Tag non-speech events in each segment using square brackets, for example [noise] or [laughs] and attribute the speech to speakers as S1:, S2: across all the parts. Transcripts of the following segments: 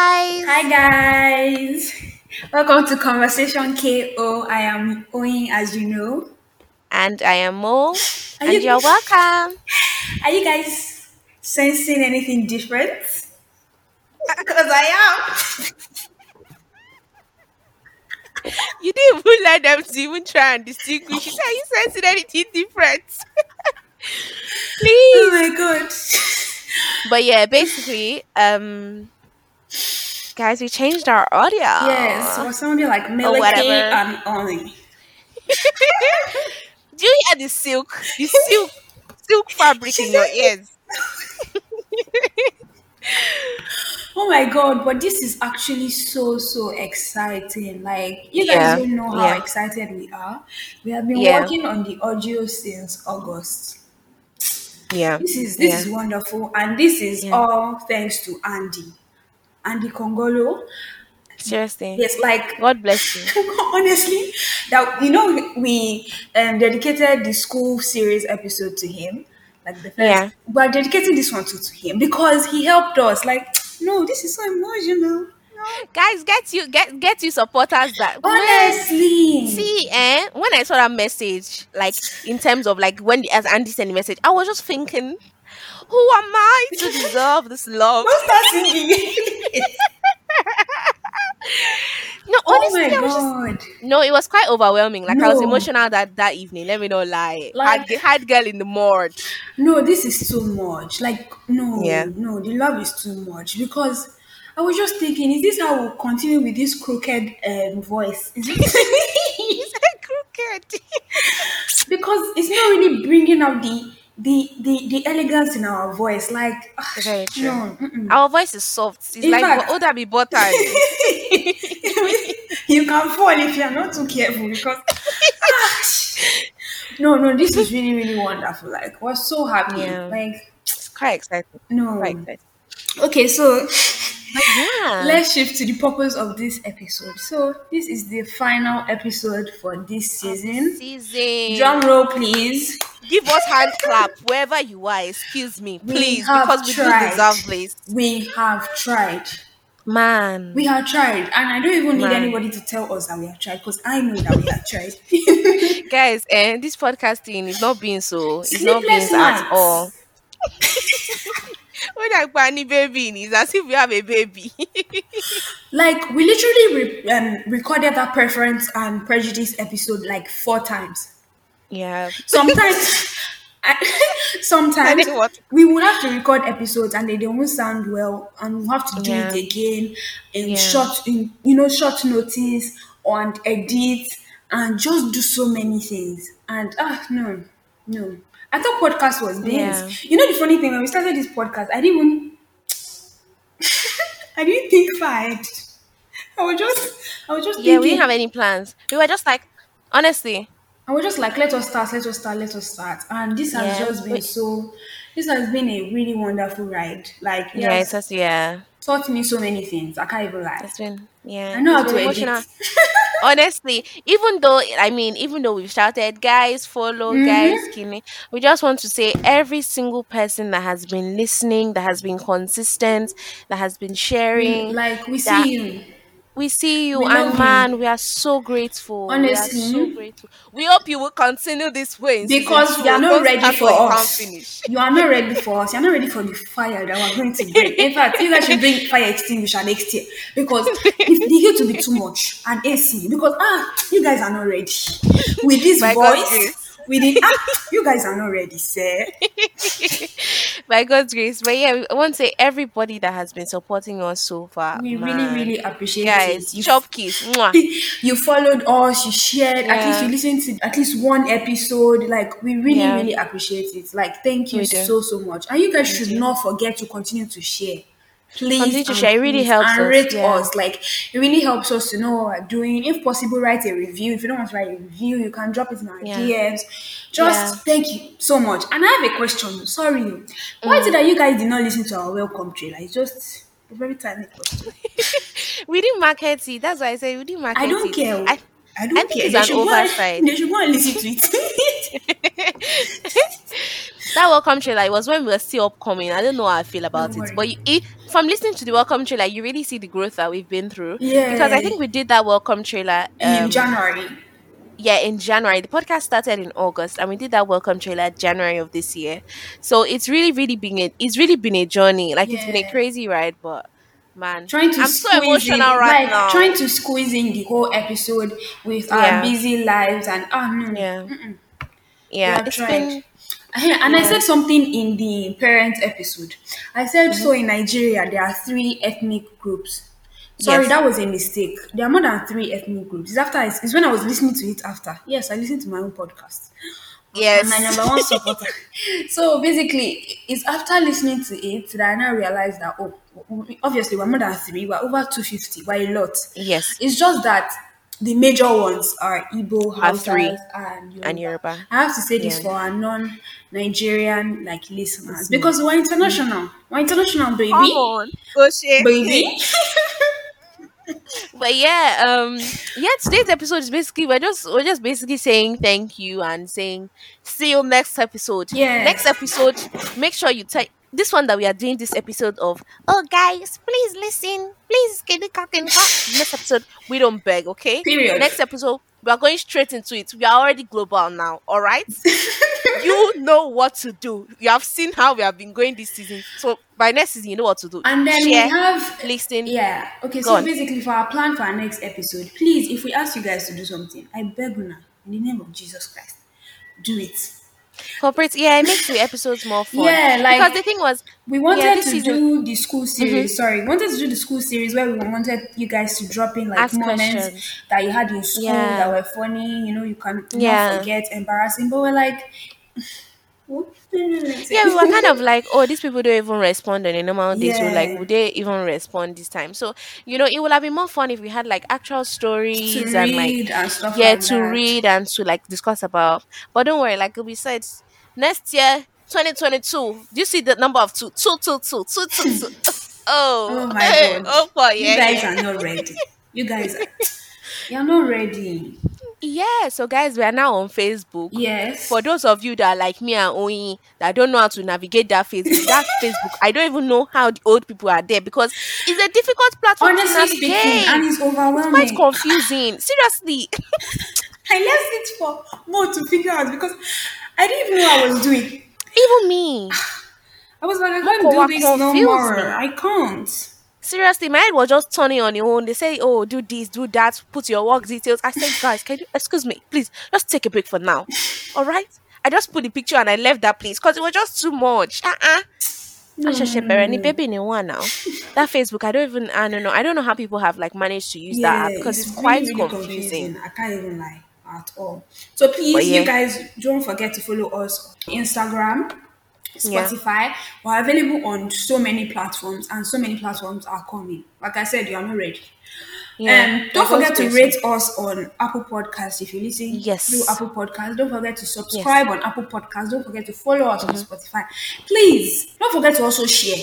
S1: Hi guys, welcome to Conversation KO. I am Owen, as you know.
S2: And I am Mo,
S1: Are
S2: and
S1: you
S2: you're welcome.
S1: are you guys sensing
S2: [laughs]
S1: anything different? Because I am.
S2: [laughs] You didn't even let them to even try and distinguish. You said you sensing anything different.
S1: [laughs]
S2: [laughs]
S1: Oh
S2: Please.
S1: my god.
S2: But yeah, basically, um, guys, we changed our
S1: Yes,
S2: audio
S1: was somebody like
S2: or
S1: Meleke
S2: whatever.
S1: and Oni.
S2: [laughs] Do you hear the silk? The silk, silk fabric
S1: She
S2: in your
S1: said it.
S2: ears.
S1: Oh my god, but this is actually so so exciting. Like you guys
S2: Yeah,
S1: don't know how
S2: yeah,
S1: excited we are. We have been
S2: yeah,
S1: working on the audio since August.
S2: yeah,
S1: This is this
S2: yeah,
S1: is wonderful, and this is
S2: yeah.
S1: all thanks to Andy, Andy Congolo.
S2: Seriously,
S1: Yes, like [laughs]
S2: God bless you.
S1: honestly, that you know we um, dedicated the school series episode to him, like the first.
S2: Yeah,
S1: We're dedicating this one to, to him because he helped us. Like, no, this is so emotional. No.
S2: guys, get you get get you supporters that man.
S1: Honestly,
S2: See, eh? When I saw that message, like in terms of like when as Andy sent the message, I was just thinking, who am I
S1: [laughs]
S2: to deserve this love?
S1: don't start singing. [laughs]
S2: No,
S1: oh
S2: honestly,
S1: my
S2: I was just
S1: god,
S2: no. It was quite overwhelming. Like I was
S1: no,
S2: emotional that that evening. Let me not lie. Hard,
S1: like
S2: g- hard girl in the
S1: [laughs]
S2: mud. [laughs]
S1: no, this is too much. Like,
S2: Yeah.
S1: no, no, the love is too much because I was just thinking, is this how we'll continue with this crooked um, voice? Is
S2: You
S1: it
S2: said crooked.
S1: because it's not really bringing out the the the, the elegance in our voice? Like, ah,
S2: Very true.
S1: no, mm-mm. [laughs]
S2: Our voice is soft. It's
S1: in
S2: like but
S1: fact,
S2: oh that be butter. you.
S1: [laughs] you can fall if you're not too careful because ah, no, no, this is really, really wonderful. Like, we're so happy.
S2: Yeah.
S1: Like,
S2: It's quite exciting. Quite
S1: no.
S2: exciting.
S1: Okay, so
S2: But yeah.
S1: let's shift to the purpose of this episode. So, this is the final episode for this
S2: Of the
S1: season. Drum
S2: season.
S1: roll, please.
S2: give us hand
S1: [laughs]
S2: clap wherever you are excuse me
S1: We
S2: please
S1: have
S2: because we do
S1: tried.
S2: deserve this
S1: We have tried. We
S2: man
S1: have tried. And I don't even need
S2: man
S1: anybody to tell us that we have tried because I know that we have tried.
S2: [laughs]
S1: [laughs]
S2: guys and this podcasting is not beans so it's not
S1: Sleepless
S2: beans at [laughs] all
S1: nights.
S2: when i bunny baby it's as if we have a baby [laughs]
S1: Like, we literally re- um, recorded that Preference and Prejudice episode like four times.
S2: yeah
S1: sometimes I, [laughs]
S2: i
S1: sometimes
S2: didn't want
S1: we would have to record episodes and they, they won't sound well and we'll have to do
S2: yeah
S1: it again in
S2: yeah
S1: short in you know short notice and edit and just do so many things and ah no no i thought podcast was
S2: yeah
S1: beans you know the funny thing when we started this podcast i didn't even [laughs] i didn't think far i was just i was just
S2: yeah we didn't have
S1: thinking
S2: any plans we were just like honestly
S1: I was just like, let us start, let us start, let us start. And this has
S2: yeah
S1: just been
S2: we,
S1: so, this has been a really wonderful ride. Like, it
S2: yeah it's
S1: has
S2: just yeah
S1: taught me so many things. I can't even lie.
S2: it's been
S1: I
S2: yeah
S1: know
S2: it's
S1: how
S2: been
S1: to edit.
S2: emotional
S1: [laughs]
S2: honestly even though i mean even though we've shouted guys follow guys
S1: Mm-hmm.
S2: kidney we just want to say every single person that has been listening that has been consistent that has been
S1: We,
S2: sharing
S1: Mm, like, we
S2: that
S1: see you.
S2: we see you
S1: We
S2: and
S1: love you.
S2: man we are so grateful we are so
S1: Honestly,
S2: grateful we hope you will continue this way in season
S1: because you are
S2: two
S1: not
S2: don't
S1: ready
S2: start
S1: for
S2: what you can't
S1: us.
S2: finish
S1: You are not ready for us. You're not ready for the fire that we're going to bring.
S2: [laughs]
S1: In fact, you guys should bring fire extinguisher next year because
S2: [laughs]
S1: if the heat will be too much and AC because ah, you guys are not ready with this
S2: by god's
S1: voice.
S2: grace
S1: With
S2: [laughs]
S1: it, ah, you guys are not ready, sir.
S2: by god's grace but yeah i want to say everybody that has been supporting us so far
S1: We really,
S2: man
S1: really appreciate it.
S2: guys
S1: You,
S2: chop kiss mwah.
S1: [laughs] you followed us. You shared. At least you
S2: Yeah,
S1: listened to at least one episode. Like we really,
S2: yeah,
S1: really appreciate it. Like thank you
S2: we do.
S1: so, so much. And you guys
S2: We
S1: should
S2: do.
S1: not forget to continue to share. Please
S2: Continue to
S1: and
S2: share. It really
S1: please
S2: helps
S1: and
S2: us.
S1: rate
S2: Yeah.
S1: us. Like it really helps us to know what we're doing. If possible, write a review. If you don't want to write a review, you can drop it in our
S2: Yeah.
S1: DMs.
S2: Yeah.
S1: Just thank you so much. And I have a question. Sorry, why is it
S2: Mm.
S1: that you guys did not listen to our welcome trailer? It's just a very tiny question.
S2: we didn't market it. That's why I said we didn't
S1: I
S2: market
S1: don't
S2: it.
S1: care.
S2: I
S1: I
S2: I
S1: don't
S2: think
S1: care.
S2: it's
S1: They
S2: an
S1: should go and
S2: oversight.
S1: they should go and listen to it.
S2: that welcome trailer it was when we were still upcoming. I don't know how I feel about
S1: Don't
S2: it, but
S1: worry.
S2: you, it, from listening to the welcome trailer, you really see the growth that we've been through. because I
S1: Yeah.
S2: think we did that welcome trailer.
S1: [laughs] in
S2: um,
S1: January.
S2: yeah, in January. The podcast started in August, and we did that welcome trailer January of this year. So it's really, really been a, it's really been a journey. Like it's been a
S1: Yeah.
S2: crazy ride, but man,
S1: Trying to
S2: I'm so
S1: squeeze
S2: emotional
S1: in,
S2: right
S1: like,
S2: now.
S1: Trying to squeeze in the whole episode with
S2: Yeah.
S1: our busy lives and oh no,
S2: yeah,
S1: we
S2: yeah,
S1: have
S2: it's
S1: tried.
S2: been
S1: Eh, [laughs] And I
S2: yeah.
S1: said something in the parents episode. I said so
S2: Mm-hmm.
S1: in Nigeria there are three ethnic groups. Sorry,
S2: Yes.
S1: that was a mistake. There are more than three ethnic groups. It's after I, it's when I was listening to it after. Yes, I listened to my own podcast. I'm my
S2: yes,
S1: number one supporter. [laughs] so basically, it's after listening to it that I now realized that oh, we- obviously we're more than three, we're over two fifty, we're a lot.
S2: yes,
S1: It's just that the major ones are Igbo,
S2: Are three.
S1: Hausas, and Yoruba.
S2: and Yoruba.
S1: I have to say this
S2: Yeah,
S1: for our non-Nigerian like listeners
S2: Listener.
S1: because we're international. We're international,
S2: come
S1: baby,
S2: on, go share.
S1: baby.
S2: But yeah, um, yeah, today's episode is basically we're just we're just basically saying thank you and saying see you next episode. Next
S1: yes,
S2: episode, make sure you take this one that we are doing this episode of. Oh, guys, please listen, please can you cock and cock?" Next episode, we don't beg, okay?
S1: period.
S2: Next episode, we are going straight into it. We are already global now, all
S1: [laughs]
S2: right? You know what to do. You have seen how we have been going this season, so by next season, you know what to do.
S1: And then we
S2: Share,
S1: have,
S2: listen,
S1: yeah, okay.
S2: go
S1: So
S2: on.
S1: basically, for our plan for our next episode, please, if we ask you guys to do something, I beg you now, in the name of Jesus Christ, do it.
S2: corporate yeah it makes the episodes more fun
S1: Yeah,
S2: because the
S1: like
S2: thing was
S1: we
S2: yeah
S1: wanted
S2: this
S1: to
S2: season
S1: do the school
S2: mhm,
S1: series. Sorry, we wanted to do the school series where we wanted you guys to drop in like
S2: ask
S1: moments
S2: questions
S1: that you had in school that
S2: yeah
S1: were funny. You know, you can not
S2: yeah
S1: forget, embarrassing. But we're like, [laughs] what?
S2: yeah we were kind of like oh these people don't even respond on a normal day so like
S1: yeah,
S2: would they even respond this time so you know it would have been more fun if we had like actual
S1: to
S2: stories and like
S1: read and stuff
S2: yeah
S1: like
S2: to
S1: that.
S2: read and to like discuss about but don't worry like we said next year 2022 do you see the number of two two two two two two
S1: [laughs]
S2: two oh
S1: Oh my god.
S2: oh boy
S1: You
S2: yeah
S1: guys
S2: yeah
S1: are not ready. You guys are you're
S2: [laughs]
S1: not ready.
S2: Yeah, so guys, we are now on Facebook. For
S1: Yes.
S2: those of you that are like me and Oyin that don't know how to navigate that Facebook, that Facebook, I don't even know how the old people are there because it's a difficult platform to
S1: Honestly speaking, and
S2: navigate.
S1: it's
S2: It's quite
S1: overwhelming.
S2: confusing. Seriously. [laughs]
S1: I left it for more to figure out because I didn't even know what I was doing.
S2: Even me.
S1: I was like, I can't do
S2: Mokowa
S1: this no
S2: confused
S1: more.
S2: me.
S1: I can't.
S2: Seriously, my head was just turning on your own. They say, Oh, do this, do that, put your work details. I said, guys, can you excuse me? Please, just take a break for
S1: [laughs]
S2: now. All right? I just put the picture and I left that place because it was just too much. Uh-uh.
S1: No, no,
S2: Asheshe
S1: no, no,
S2: Bereni
S1: no.
S2: baby in one now. That Facebook, I don't even I don't know. I don't know how people have like managed to use that
S1: Yeah,
S2: app because
S1: it's
S2: it's
S1: really,
S2: quite
S1: really
S2: confusing.
S1: confusing. I can't even lie at all. So
S2: But
S1: please, you
S2: yeah,
S1: guys, don't forget to follow us on Instagram,
S2: yeah,
S1: Spotify. We're available on so many platforms, and so many platforms are coming. Like I said, you are not ready.
S2: yeah.
S1: Um,
S2: We're
S1: don't
S2: going
S1: forget to
S2: straight.
S1: rate us on Apple Podcasts if you listen through
S2: Yes.
S1: Apple Podcasts. Don't forget to
S2: Yes. Mm-hmm.
S1: subscribe on Apple Podcasts. Don't forget to follow us on Spotify. Please don't forget to also share.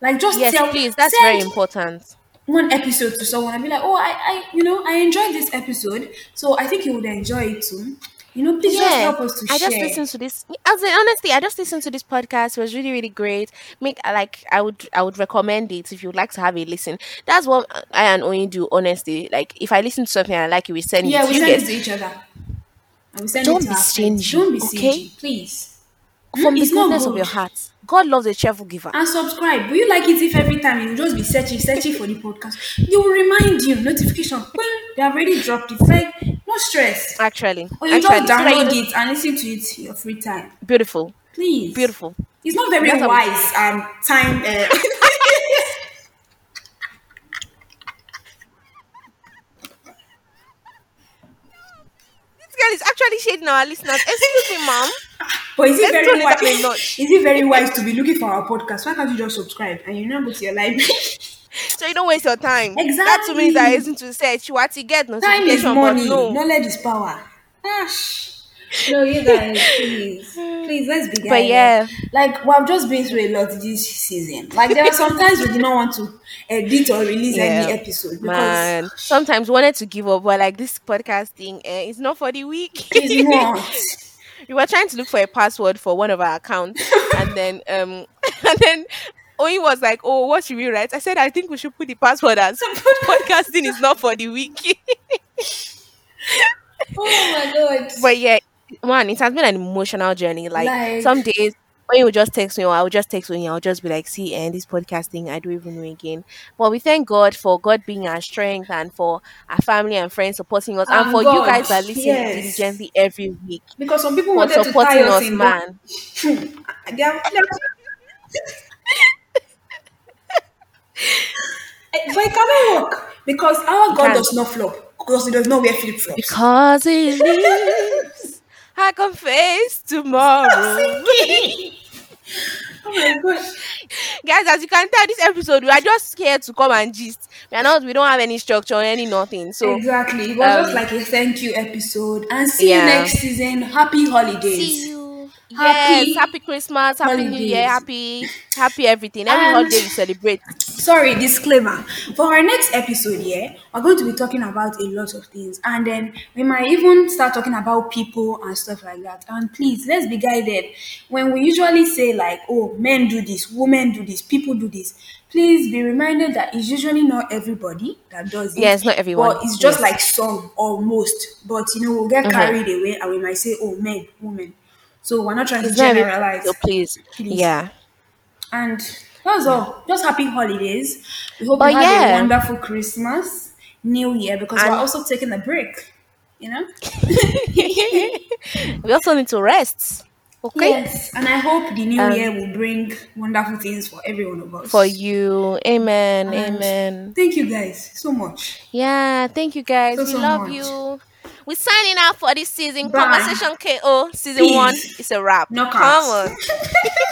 S1: Like just
S2: Yes,
S1: tell
S2: please. That's very
S1: send
S2: important.
S1: one episode to someone and be like, oh, I, I you know, I enjoyed this episode, so I think you would enjoy it too. You know, please just
S2: Yeah.
S1: help us to
S2: I just
S1: share.
S2: listened to this. As in, honestly, I just listened to this podcast. It was really, really great. Make I like I would I would recommend it if you'd like to have a listen. That's what I and Oyin do. Honestly, like if I listen to something and I like it, we send it
S1: Yeah,
S2: to
S1: we
S2: you
S1: send it
S2: guys.
S1: to each other and we send it
S2: Don't
S1: to
S2: be
S1: our friends.
S2: stingy,
S1: Don't be
S2: okay?
S1: stingy, please. Mm,
S2: From the
S1: It's not
S2: goodness of your
S1: good.
S2: heart, God loves a cheerful giver.
S1: and subscribe. Will you like it if every time you just be searching, searching for the podcast? They will remind you notification. Well, they have already dropped it. Like no stress.
S2: Actually,
S1: Or Oh, you just
S2: actually, so that you
S1: download
S2: don't
S1: it and listen to it in your free time.
S2: beautiful,
S1: Please.
S2: beautiful.
S1: It's not very
S2: That's how we do.
S1: wise and time. Uh, [laughs]
S2: This girl is actually shading our listeners. Excuse me, mom.
S1: but is it
S2: Let's
S1: very
S2: turn it
S1: wise?
S2: up a notch
S1: Is it very wise to be looking for our podcast? Why can't you just subscribe and you now go to your library? [laughs]
S2: so you don't waste your time. That to me that
S1: exactly.
S2: isn't to search. You want to get
S1: Time is
S2: notification, but
S1: money.
S2: no.
S1: Knowledge is power. Ash. No, you guys, please, please, let's be
S2: but
S1: guided.
S2: yeah,
S1: Like we've just been through a lot this season. Like there are sometimes we do not want to edit or release any
S2: yeah,
S1: episode because
S2: man. [laughs] Sometimes wanted to give up, but like this podcast thing, eh, it's not for the weak.
S1: it's not.
S2: we were trying to look for a password for one of our accounts, [laughs] and then um, and then Owen was like, "Oh, what should we write?" I said, "I think we should [laughs] put the password as podcasting is not for the wiki."
S1: oh my god.
S2: but yeah, man, it has been an emotional journey. Like,
S1: Like-
S2: some days. When you would just text me, or I would just text you, I'll just be like, "See, and this podcasting, I don't even know again." But we thank God for God being our strength and for our family and friends supporting us, and,
S1: And
S2: for you
S1: God,
S2: guys that listen
S1: yes.
S2: diligently every week
S1: Because some people
S2: for
S1: wanted to tie
S2: supporting
S1: us
S2: us,
S1: in, but
S2: man. [laughs]
S1: they are. They are Eh, but it cannot work because our God
S2: can't.
S1: does not flop. Because he does not wear
S2: [laughs]
S1: flip flops.
S2: Because it
S1: [laughs]
S2: lives, I can face tomorrow.
S1: Oh my god.
S2: Guys, as you can tell, this episode we are just scared to come and gist. We are not. We don't have any structure, any nothing. So
S1: exactly. It was
S2: um,
S1: just like a thank you episode. And see
S2: Yeah.
S1: you next season. Happy holidays.
S2: see you.
S1: Happy
S2: yes, happy Christmas, happy New Year,
S1: holidays.
S2: happy, happy everything. Every
S1: And-
S2: holiday you celebrate.
S1: sorry disclaimer for our next episode yeah we're going to be talking about a lot of things and then we might even start talking about people and stuff like that and please let's be guided when we usually say like oh men do this women do this people do this please be reminded that it's usually not everybody that does it
S2: Yes, not everyone.
S1: but it's just
S2: Yes.
S1: like some or most but you know we'll get
S2: Mhm.
S1: carried away and we might say oh men women so we're not trying to
S2: It's not every-
S1: generalize
S2: so please,
S1: Please.
S2: yeah. [laughs]
S1: and that's all. Just happy holidays. We hope
S2: But
S1: you had
S2: yeah.
S1: a wonderful Christmas, New Year, because
S2: And-
S1: we're also taking a break. You know?
S2: we also need to rest. Okay.
S1: Yes. And I hope the new
S2: Um,
S1: year will bring wonderful things for every one of us.
S2: For you, amen,
S1: And
S2: amen.
S1: Thank you guys so much.
S2: Yeah, thank you guys.
S1: So,
S2: we
S1: so
S2: love
S1: much.
S2: you. We're signing out for this season.
S1: Bye.
S2: Conversation KO season
S1: Peace.
S2: one. It's a wrap.
S1: Knockouts.
S2: Come on.